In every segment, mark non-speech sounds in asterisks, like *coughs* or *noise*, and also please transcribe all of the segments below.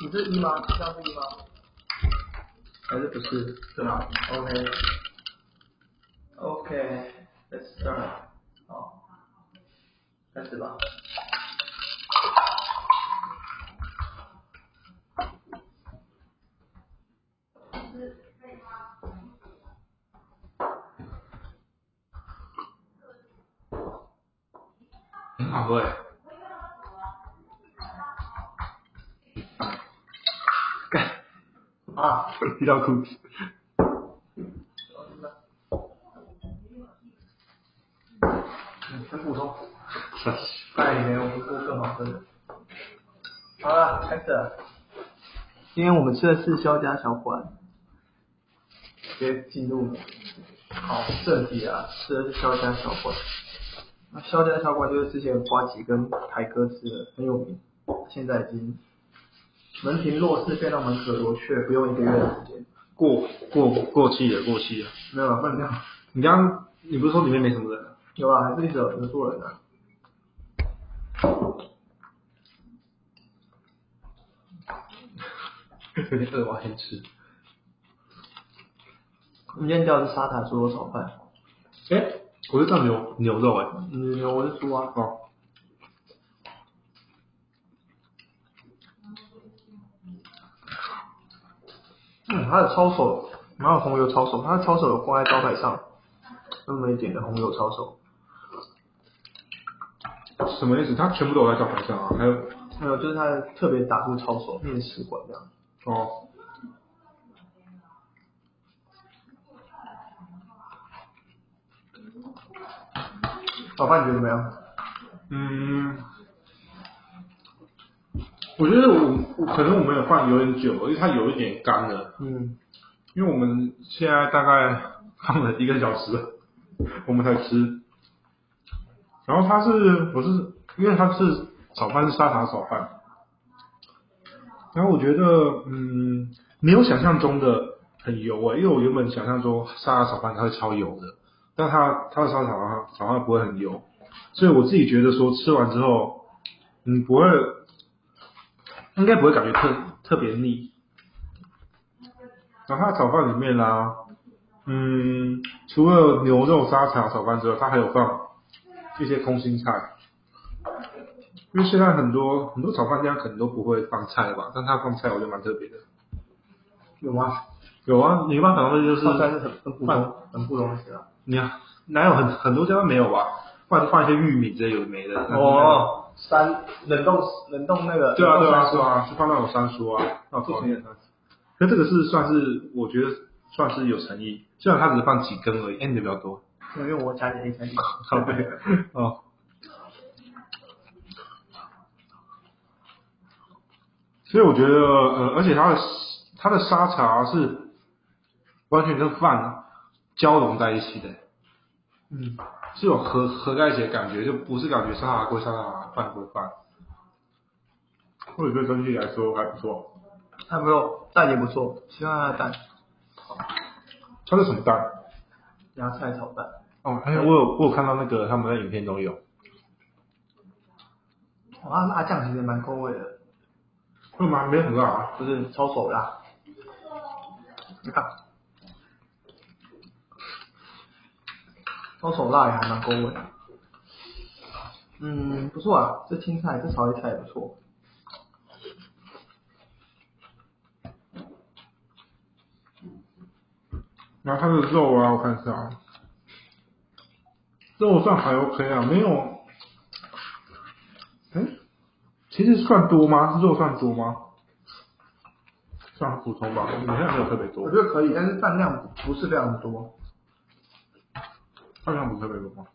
你这一吗？这张是一吗？还是不是？是吗？OK。OK，Let's、start。好，开始吧。很好喝哎。干，啊，遇到哭。我知道。嗯很普通。哎，没有不过更好喝的。好了，开始了。今天我们吃的是肖家小馆，直接进入好正题啊，吃的是肖家小馆。那肖家小馆就是之前花旗跟台哥吃的，很有名，现在已经门庭若市，变到门可罗雀，不用一个月的时间。 *laughs* 过过过气了，过气了。没有了，啊换掉。你刚刚你不是说里面没什么 *laughs* 人、啊？有啊，还是一直有做人啊。有点饿，我要先吃。我们今天叫的是沙塔猪肉炒饭，哎、我是蘸牛牛肉哎、嗯，有我是猪啊。哦，嗯，它的抄手，然后红油抄手，它的抄手有挂在招牌上，那么一点的红油抄手，什么意思？它全部都有在招牌上啊，还有没有，就是它特别打出抄手面试馆这样。哦，老爸你觉得怎么样？嗯，我觉得我我可能我们也放有点久了，因为它有一点干了，嗯，因为我们现在大概放了一个小时 *laughs* 了，我们才吃。然后它是我是因为它是炒饭是沙茶炒饭，然后我觉得嗯没有想象中的很油啊、因为我原本想象中沙茶炒饭它是超油的，但它它的沙茶炒饭炒饭不会很油，所以我自己觉得说吃完之后，嗯不会，应该不会感觉特特别腻。然后它的炒饭里面啦、嗯，除了牛肉沙茶炒饭之外，它还有放一些空心菜，因为现在很多很多炒饭店可能都不会放菜吧，但它放菜我觉得蛮特别的。有吗？有啊，你爸反正就是放在是很很普通，很普通的事啊。你啊，哪有很很多家都没有吧？放放一些玉米之类有的没的。哦，三冷冻冷冻那个对啊，对冷冻啊，三是叔啊，是放那种三叔啊，那种面的三叔。那这个是算是我觉得算是有诚意，虽然它只是放几根而已，哎，你的比较多。因为我家里黑三叔，好对，哦。所以我觉得，呃，而且它的它的沙茶是完全跟饭交融在一起的，嗯，是有合合在一起的感觉，就不是感觉沙茶归沙茶，饭归饭。我觉得整体来说还不错。还没有蛋也不错，希望它的蛋它是什么蛋？芽菜炒蛋。哦，哎，我有我有看到那个他们的影片中有，哦，它辣酱其实蛮够味的，会吗？没有很辣啊。就是抄手辣。你看，抄手辣也还蛮够味的。嗯，不错啊，这青菜这炒叶菜也不错。然后它的肉啊，我看一下啊，肉算还 OK 啊，没有，哎，其实算多吗？肉算多吗？算普通吧，好像没有特别多我，觉得可以，但是饭量不是非常多。好像不是特别多吗？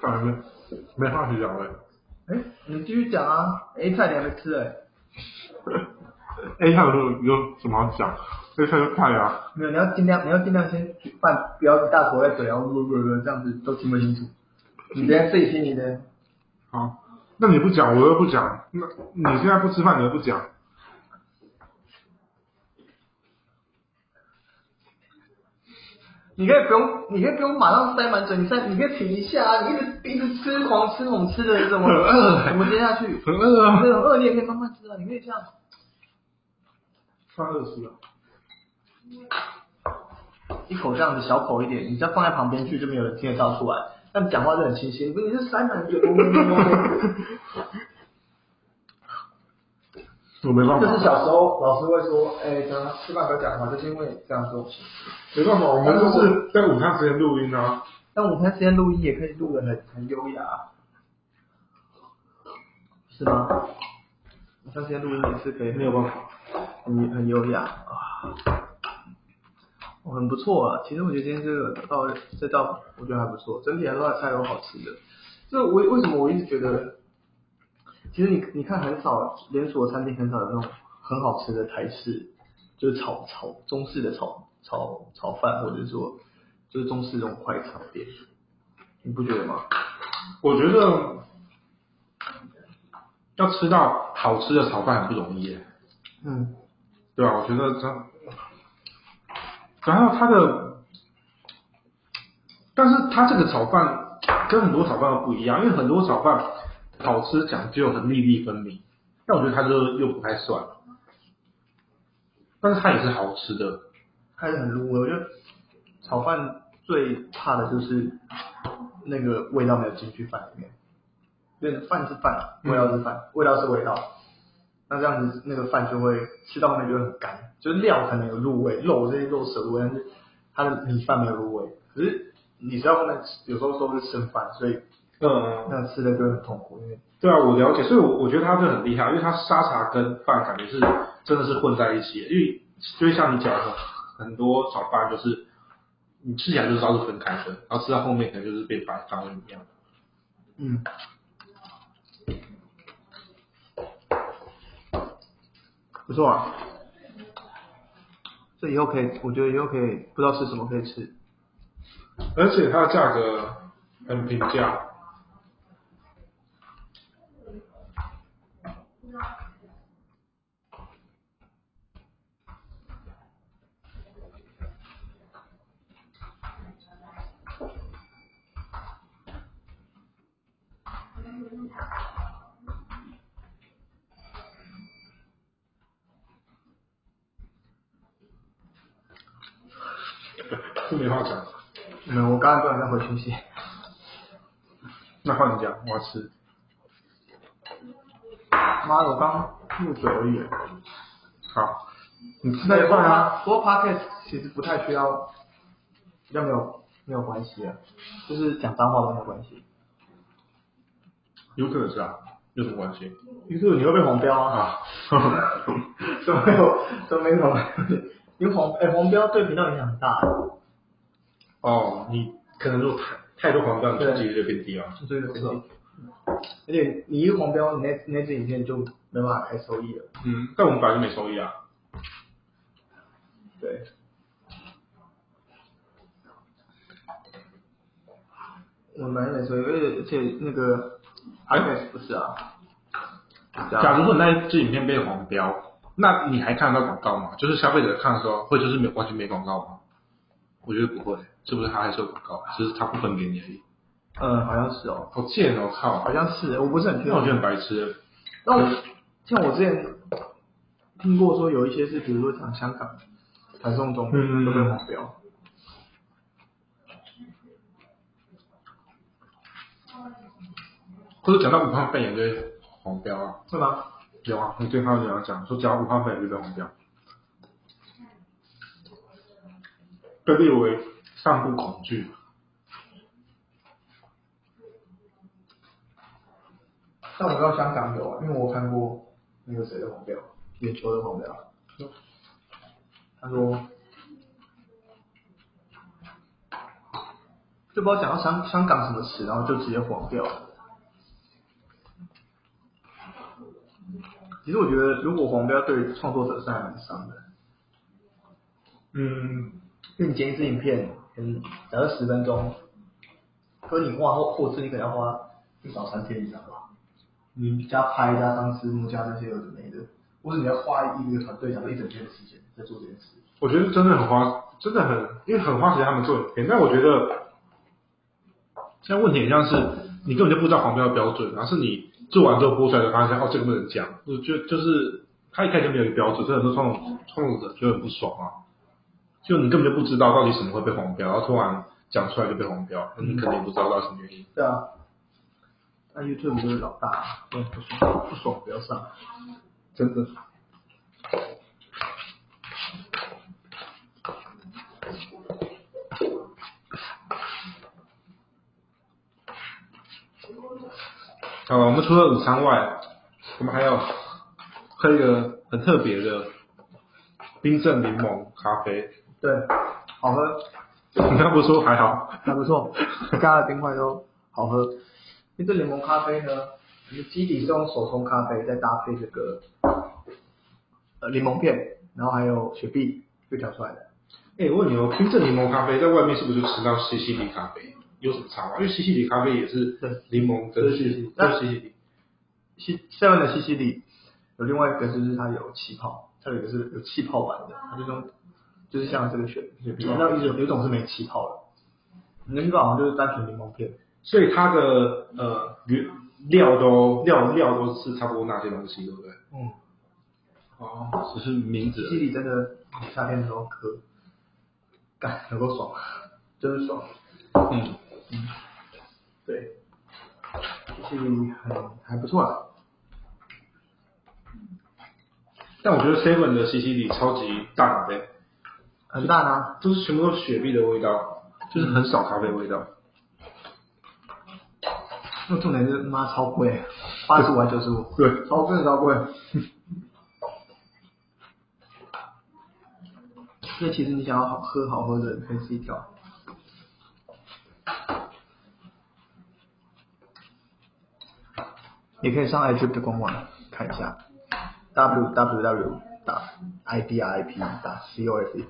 感觉没没话题讲了。哎，你继续讲啊，A 菜你还没吃哎、 A 菜有有什么好讲？A 菜就菜啊。没有，你要尽量，你要尽量先饭，不要一大口在嘴，然后噜噜噜这样子都听不清楚。你等下自己听你的，好，啊那你不讲，我又不讲。那你现在不吃饭，你又不讲。你可以不用，你可以不用马上塞满嘴，你塞，你可以停一下啊，你一直一直吃，狂吃猛吃的，怎么很饿怎么接下去？很饿啊对，很饿，你也可以慢慢吃啊，你可以这样。快饿死了。一口这样子小口一点，你再放在旁边去就没有人听得到出来。但讲话就很清晰，不是你是塞满嘴，嗡嗡嗡嗡嗡我没办这是法，小时候老师会说，哎、等下吃饭不要讲话，就是因为这样说。没办法，我们都是在午餐时间录音啊。但午餐时间录音也可以录得很很优雅，啊是吗？午餐时间录音也是可以很没有办法，很很优雅啊，哦很不错啊。其实我觉得今天这个到这道我觉得还不错，整体来说还有好吃的。这我为什么我一直觉得，其实你你看很少连锁餐厅很少有那种很好吃的台式，就是炒炒中式的炒炒炒饭，或者说就是中式这种快炒店，你不觉得吗？我觉得要吃到好吃的炒饭很不容易耶。嗯，对啊，我觉得这，然后它的，但是它这个炒饭跟很多炒饭又不一样，因为很多炒饭好吃讲究很粒粒分明，但我觉得它就又不太算，但是它也是好吃的，还是很入味。我觉得炒饭最怕的就是那个味道没有进去饭里面，因为饭是饭，味道是饭，味道是味道。那这样子，那个饭就会吃到后面就会很干，就是料可能有入味，肉这些肉蛇味，但是它的米饭没有入味。可是你知道后面有时候都是剩饭，所以嗯，那吃的就会很痛苦，因为对啊，我了解，所以我我觉得它这很厉害，因为它沙茶跟饭感觉是真的是混在一起的，因为就像你讲的，很多炒饭就是你吃起来就知道是分开的，然后吃到后面可能就是被白饭一样。嗯。不错啊，这以后可以，我觉得以后可以，不知道吃什么可以吃。而且它的价格很平价， *laughs* 是没话讲。嗯，我刚才不小心回讯息。那换你讲，我要吃。妈的，我刚入嘴而已。好，你吃那一块啊？不过 podcast 其实不太需要，比较没有没有关系啊，就是讲脏话都没有关系。有可能是啊，有什么关系？ *laughs* 于是你会被黄标啊？ *laughs* 啊，都没有，都没有。 *laughs* 因为黄哎、黄标对频道影响很大，啊哦，你可能如果太太多黄标，你对几率就变低啊。对的，没错。而且你一黄标，你那那支影片就没办法开收益了。嗯，但我们本来就没收益啊。对。我蛮没收益，而且而且那个 i p a 不是啊。对啊假如说你那支影片被黄标，那你还看得到广告吗？就是消费者看的时候，会就是没有完全没广告吗？我觉得不会，是不是它还是有广告，啊只是它不分给你而已。嗯，好像是哦，好贱哦，靠好！像是，我不是很确那我觉得定。很白痴。那我像我之前听过说有一些是，比如说讲香港反送中嗯嗯嗯都被黄标。或者讲到武汉肺炎就会黄标啊。是吗？有啊，你对他这样讲，说只要武汉肺炎就被黄标，被列为上部恐惧。但我知道香港有啊，因为我看过那个谁的黄标，野球的黄标。他说，就不知道讲到香香港什么词，然后就直接黄掉了。其实我觉得，如果黄标对创作者是还蛮伤的，嗯，因为你剪一支影片，嗯，假设十分钟，可是你画后后置，你可能要花至少三天以上吧。你加拍加上字幕加那些有的没的，或者你要花一个团队，假如一整天的时间在做这件事。我觉得真的很花真的很，因为很花时间他们做影片，但我觉得现在问题很像是你根本就不知道黄标标准，然后是你做完之后播出来才发现哦这个不能讲，就就就是他一开始就没有一个标准，所以很多创作创作者就很不爽啊，就你根本就不知道到底什么会被黄标，然后突然讲出来就被黄标，那你肯定不知道到底什么原因。对啊，那 YouTube 就是老大啊，我也不爽，不爽不要上。真的。好啊了，我们除了午餐外，我们还有喝一个很特别的冰镇柠檬咖啡。对，好喝，你刚不是说还好？还不错，加了冰块都好喝。那这柠檬咖啡呢，我们基底是用手冲咖啡，再搭配这个呃柠檬片，然后还有雪碧就调出来的。哎、我问你哦，冰镇柠檬咖啡在外面是不是就吃到西西里咖啡？有什么差吗？因为西西里咖啡也是对柠檬跟对西西那跟西西里。西下面的西西里有另外一个就是它有气泡，它有一个是有气泡版的，它就是用就是像这个雪雪碧，那有一种有一种是没气泡的，那一种好像就是单纯柠檬片。所以它的呃原料都料料都是差不多那些东西，对不对？嗯，哦，只是名字西西里真的夏天的时候喝，干有够爽，真是爽。嗯，对，西西里很还不错啊啦。但我觉得 Seven 的西西里超级淡的，很淡啊，就是全部都是雪碧的味道，就是很少咖啡味道。那重点是妈超贵，八十五还九十五，对，超真的超贵。 *laughs* 所以其实你想要好喝好喝的，你可以自己调。也可以上 iDrip 的官网看一下，www. 打 idrip. 打 cofe。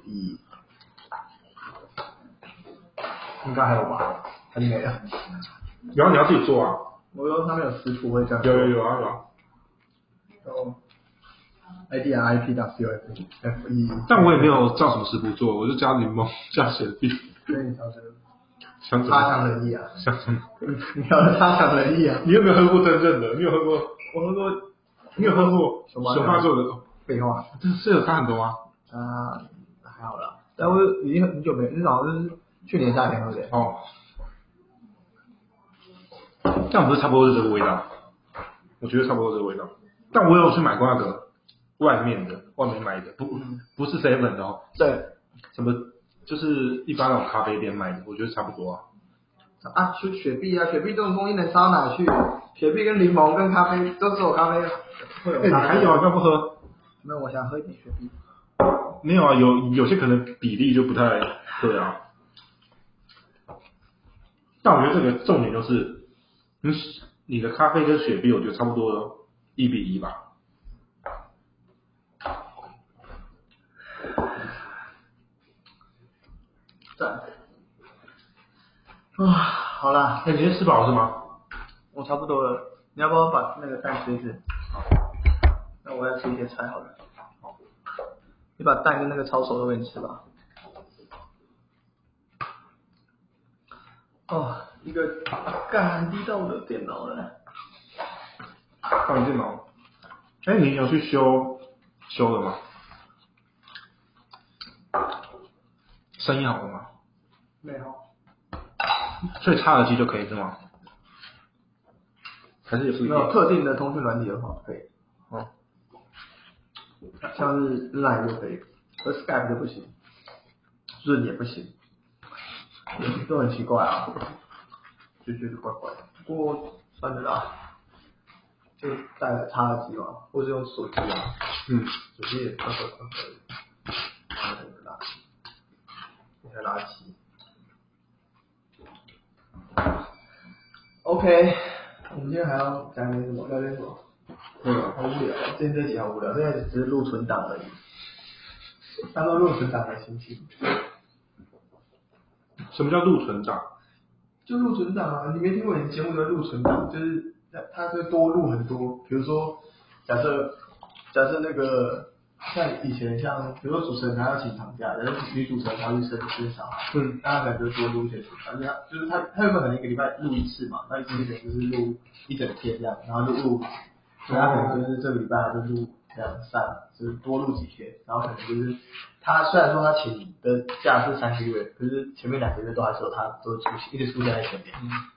应该还有吧？还是没了。然后你要自己做啊？我说他们有食谱会这样。有有有啊有啊。哦，idrip 打 cofe fe，但我也没有照什么食谱做，我就加柠檬、加雪 *laughs* 碧，所以调成想怎么他强人意啊，想怎么。你调的他强人意啊。你有没有喝过真正的？你有喝过？我喝过，你有喝过手把手帕做的？废话这这有差很多吗？啊，还好啦，但我已经很久没，那好像是去年夏天喝的，哦，但我们是差不多是这个味道，我觉得差不多这个味道。但我有去买过那个外面的，外面买的，不嗯不是 seven 的哦，对什么就是一般那种咖啡店卖的，我觉得差不多啊。啊，雪雪碧啊，雪碧这种东西能烧哪去？雪碧跟柠檬跟咖啡都是有咖啡，会有哎、你咖啡。还有啊？干不喝？没有，我想喝一点雪碧。没有啊，有有些可能比例就不太对啊。但我觉得这个重点就是，你你的咖啡跟雪碧，我觉得差不多一比一吧。赞。啊，好啦，哎、你今天吃饱了是吗？我差不多了，你要帮我把那个蛋吃一吃。那我要吃一些菜好了。你把蛋跟那个抄手都给你吃吧。哦，一个干滴到我的电脑了。换电脑。哎、你有去修修了吗？生意好了吗？没有，所以插耳机就可以是吗？还是有附没近？有特定的通讯软体的话可以，哦，像是 Line 就可以，而 Skype 就不行，Zoom 也不行，都很奇怪啊，就觉得怪怪的。不过算了啦，就带个插耳机嘛，或者用手机啊，嗯，手机也快快快快的，妈的垃圾，这才垃圾。OK，我们今天还要讲点什么？聊点什么？对啊了，好无聊，今天这集好无聊，现在只是录存档而已，当做录存档的心情，什么叫录存档？就录存档啊！你没听过你节目的录存档，就是它它会多录很多，比如说假设假设那个像以前像比如说主持人他要请长假，然后女主持人她去生生小孩，嗯，那她可能就多录一些主持人，她就是她她有可能一个礼拜录一次嘛，那一次可能就是录一整天这样，然后就录，所以她可能就是这个礼拜她就录两三，就是多录几天，然后可能就是她虽然说她请的假是三个月，可是前面两个月都还是有她都出现，一直出现在前面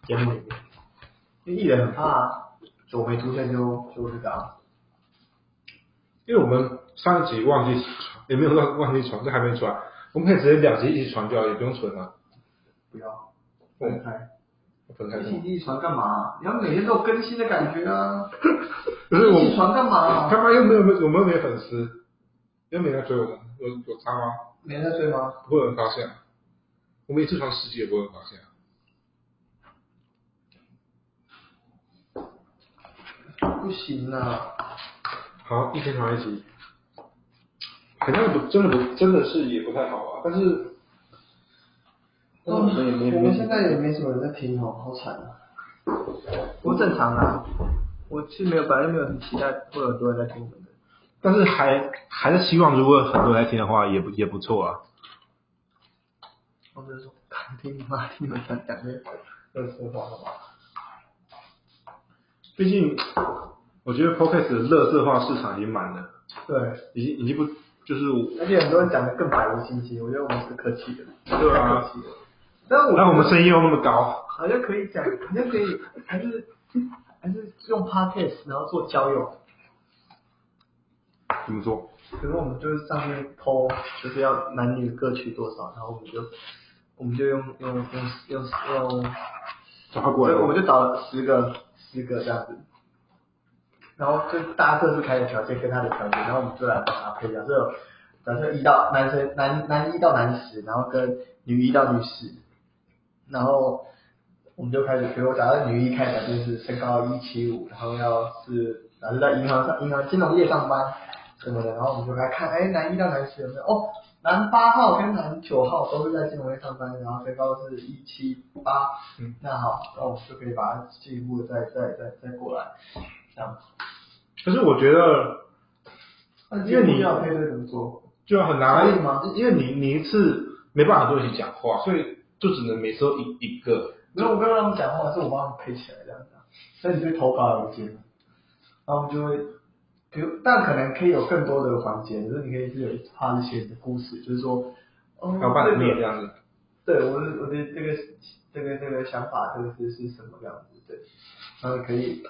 节目里面，因为艺人很怕久没出现就就那个啊。因为我们上一集忘记传，也没有忘忘记传，这还没传，我们可以直接两集一起传掉，也不用存了，不要分开，分开一传起。一起传干嘛？你要每天都有更新的感觉 *coughs* 啊！可是我一起传干嘛？干嘛又没有我们又没有粉丝，又没人追我们，有有差吗？没人在追吗？不会有人发现啊，我们一次传十集也不会有人发现啊。不行啊！好，一天传一集，好像不真的不真的是也不太好啊，但是但是我们也没我们现在也哦没什么人在听哦，好惨啊！不正常啊！我是没有，本来就没有很期待会有很多人在听我们的。但是还还是希望，如果很多人来听的话，也不也不错啊。我只是说，看听你妈，听你们讲讲这些二说话干嘛？毕竟，我觉得 podcast 的乐色化市场已经满了，对，已经已经不就是我而且很多人讲的更百无禁忌，我觉得我们是客气的，对啊太客气了。但我那我们声音又那么高，好像可以讲，好像可以，还是还是用 podcast 然后做交友，怎么做？比如我们就是上面 po，就是要男女各取多少，然后我们就我们就用用用用用，找他过来对，吧，我们就找了十个十个这样子，然后就大家各自开的条件跟他的条件，然后我们就来帮他配，假设假设一到男生男男一到男十，然后跟女一到女十，然后我们就开始，比如假设女一开始就是身高一七五，然后要是假设在银行上银行金融业上班什么的，然后我们就来看，哎，男一到男十有没有？哦，男八号跟男九号都是在金融业上班，然后身高是一七八，那好，那我们就可以把它进一步地再再再再过来，这样。可是我觉得那因为你要配对怎么做？就很难啊可以吗？因为你你一次没办法多一起讲话，所以就只能每次都一一个。没有，我不要让他们讲话，是我帮他们配起来这样子啊。所以你对头发有接吗？然后我们就会，比如，但可能可以有更多的环节，就是你可以是有一趴是写你的故事，就是说，哦，然后半这面这个样子，对我的我的这个这个这个想法，这个是是什么样子？对，然后可以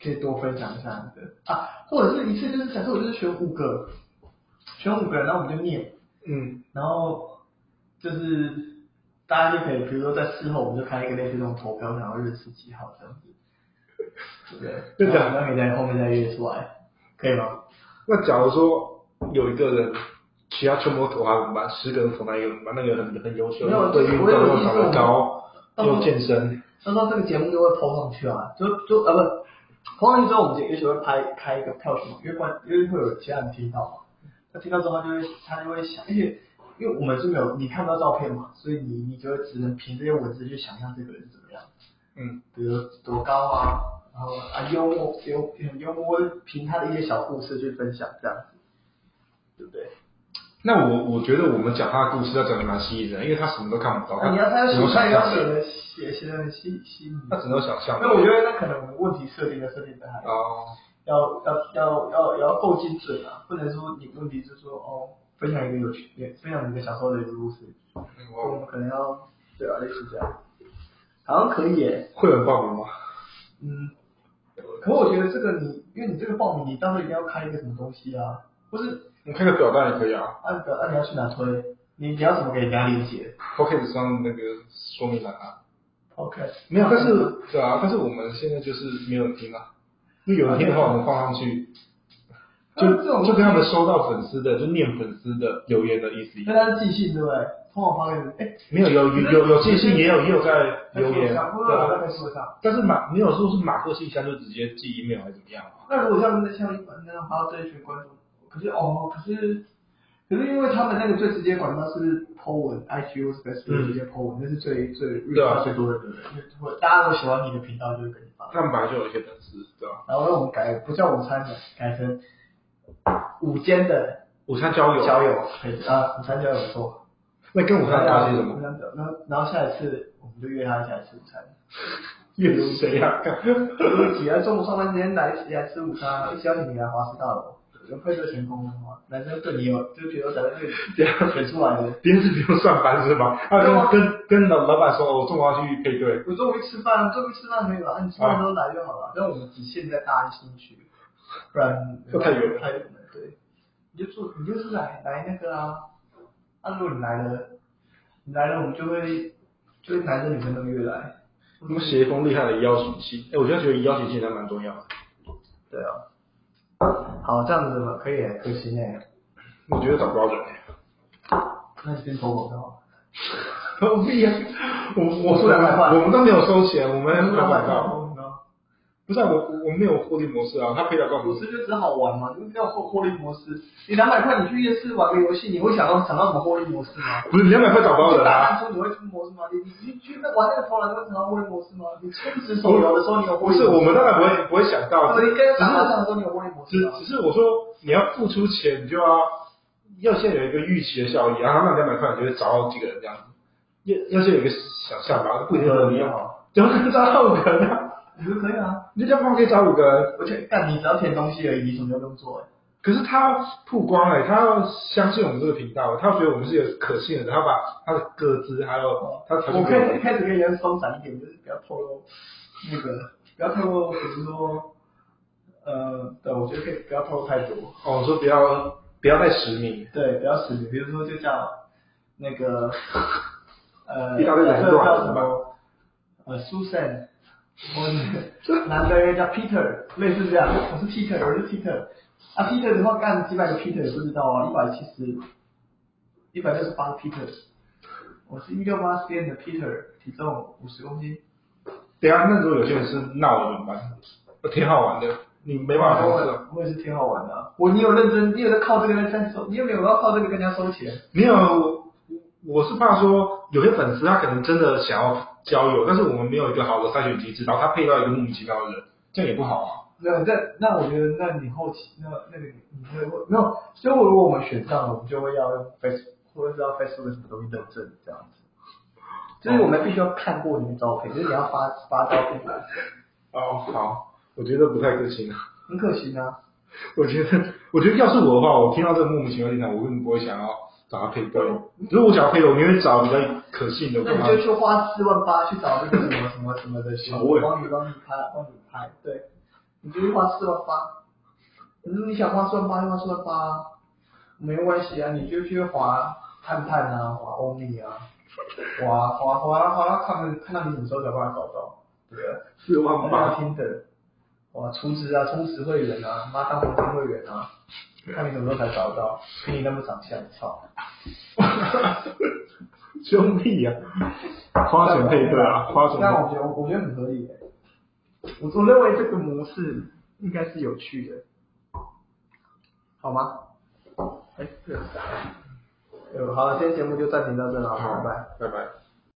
可以多分享一下你的啊，或者是一次就是假设我就是选五个，选五个，然后我们就念，嗯，然后就是大家就可以，比如说在事后，我们就开一个类似这种投票，然后认识几号这样子，对不对？对的然后我们可以在后面再约出来，可以吗？那假如说有一个人，其他全部都投他怎么办？十个人投他一个怎么办？那个人很很优秀，没有对运动我有又意思长得高，我又健身，那到这个节目就会抛上去啊，就就啊不，抛上去之后，我们就也许会拍开一个票选嘛，因为关因为会有其他人听到嘛，他听到之后他就会他就会想，而且因为我们是没有你看不到照片嘛，所以你你就会只能凭这些文字去想象这个人是怎么样。嗯，比如多高啊，然后啊幽默幽很幽默，凭他的一些小故事去分享这样子，对不对？那我我觉得我们讲他的故事要讲的蛮吸引人，因为他什么都看不到，那哎你要他要只能写，他也要想写象的，的写写的很细细腻。他只能想象的。那我觉得那可能我们问题设定的设定的还哦，要要要要要够精准啊，不能说你问题是说哦分享一个有趣，分享一个小时候的一个故事，我我们可能要对啊类似这样，好像可以耶、会有人报名吗？嗯，可我觉得这个你，因为你这个报名，你到时候一定要开一个什么东西啊？不是，我们开个表单也可以啊按表按你要去哪推？你你要怎么给人家理解，Pocket 上那个说明栏啊。 ？OK，没有，但呃是对啊，但是我们现在就是没有人听啊，因为有人听的话，我们放上去，就啊这种就跟他们收到粉丝的，就念粉丝的留言的意思一那样。他是寄信对不对？通往发给你，哎、没有有有有有寄信，也有也有在在留言， Facebook 上或对者我在啊。 Facebook 上。但是马没有说是马克信箱就直接寄 email 还是怎么样啊？那如果像像那样发到这一群观众，可是哦，可是可是因为他们那个最直接管道是 po 文，IG 或是 Facebook 嗯直接 po 文，那是最最对啊最多的，对不对？因为会大家都喜欢你的频道，就会跟你发。他们本来就有一些粉丝，对吧、然后让我们改不叫午餐了，改成午间的午餐交友，交友，啊，午餐交友错。那跟我上关系什午么？餐交友然后然后下一次我们就约他一起来吃午餐。越谁 *laughs* 啊？一起啊，中午上班时间来一起来吃午餐啊，一起邀请你来华师大楼。有快乐成功的话，男生对你有，就觉得咱们这样选出来的。别人是不用上班是吗？他对啊跟跟跟老老板说，哦我中午要去配对，我中午去吃饭，中午去吃饭可以吧？啊你吃饭的时候来就好了。但我们只限在大安新区，不然这太远了太远了。对，你就住，你就是来来那个啊。啊，如果你来了，你来了，我们就会，就是男生女生都约来。什么协风厉害的一邀请信？哎，我现在觉得一邀请信还蛮重要的。对啊。好，这样子吧，可以，可行哎。我觉得找不到人哎、那先投广告。何必啊？我我不然买饭我们都没有收钱，我们没有老广板告。不是、啊、我我我没有获利模式啊，他可以来告诉不我。是就只好玩嘛，就是要获获利模式。你两百块你去夜市玩个游戏，你会想到想到什么获利模式吗？不是两百块找不到你人打啊！弹珠你会出模式吗？你你你去玩那个投篮你会想到获利模式吗？你充值手游的时候你有获不利是模式吗？我们当然不会不会想到，不哦是啊只你跟打麻将的是时候你有获利模式吗只？只是我说你要付出钱，你就要要先有一个预期的效益，然后那两百块你就会找到几个人这样子，要要先有一个想象吧，不一定有能你要，好，怎么能 *laughs* 找到五个人啊？你说可以啊。你这两百块可以找五个人，而且但你只要填东西而已，你什么都不用做哎。可是他要曝光了、他要相信我们这个频道，他要觉得我们是有可信的人，他要把他的个资还有他的财我富可以一开始可以先松散一点，就是不要透露那个，不要透露，比如说，呃，对，我觉得可以不要透露太多。哦，我说不要不要再实名，对，不要死比如说就叫那个呃，意大利人假设乱叫是什吧么呃，Susan，或者男的又叫 Peter，类似这样，我是 Peter，我是 Peter，啊 Peter 的话干几百个 Peter 也不知道啊，一百七十，一百六十八个 Peter，我是一六八 cm 的 Peter，体重五十公斤，等一下啊那如果有些人是闹的怎么办？挺好玩的，你没办法控制啊。我也是挺好玩的啊、我你有认真，你有在靠这个在收，你有没有要靠这个跟人家收钱？没有，我我是怕说有些粉丝他可能真的想要交友，但是我们没有一个好的筛选机制，然后他配到一个莫名其妙的人，这样也不好啊。那那那我觉得，那你后期那那个你你会会没有，所以如果我们选上了，我们就会要用 Face 或者是要 Facebook 什么东西认证这样子。就是我们必须要看过你的照片，就是你要发发照片来，哦，好，我觉得不太可行啊。很可惜呢。我觉得，我觉得要是我的话，我听到这个莫名其妙的场，我根本不会想要找他配对。如果我想要配对，我宁愿找比较可信的。那你就去花四万八去找那个什么什么什么的小我也帮你帮你拍，帮你拍，对，你就去花四万八。你说你想花四万八就花四万八啊，没关系啊，你就去划探探啊，划欧米啊，划划划划看看看到你什么时候才把它搞到，对不对？四我万要八，听的，哇，充值啊，充值会员啊，妈当黄金会员啊，看你什么时候才找得到，凭你那么长相，操！ *laughs* 兄弟啊，花钱配对啊，花钱那配我觉得我觉得很合理耶。我我认为这个模式应该是有趣的，好吗？哎，对，呃，好了，今天节目就暂停到这了，好拜拜。，拜拜。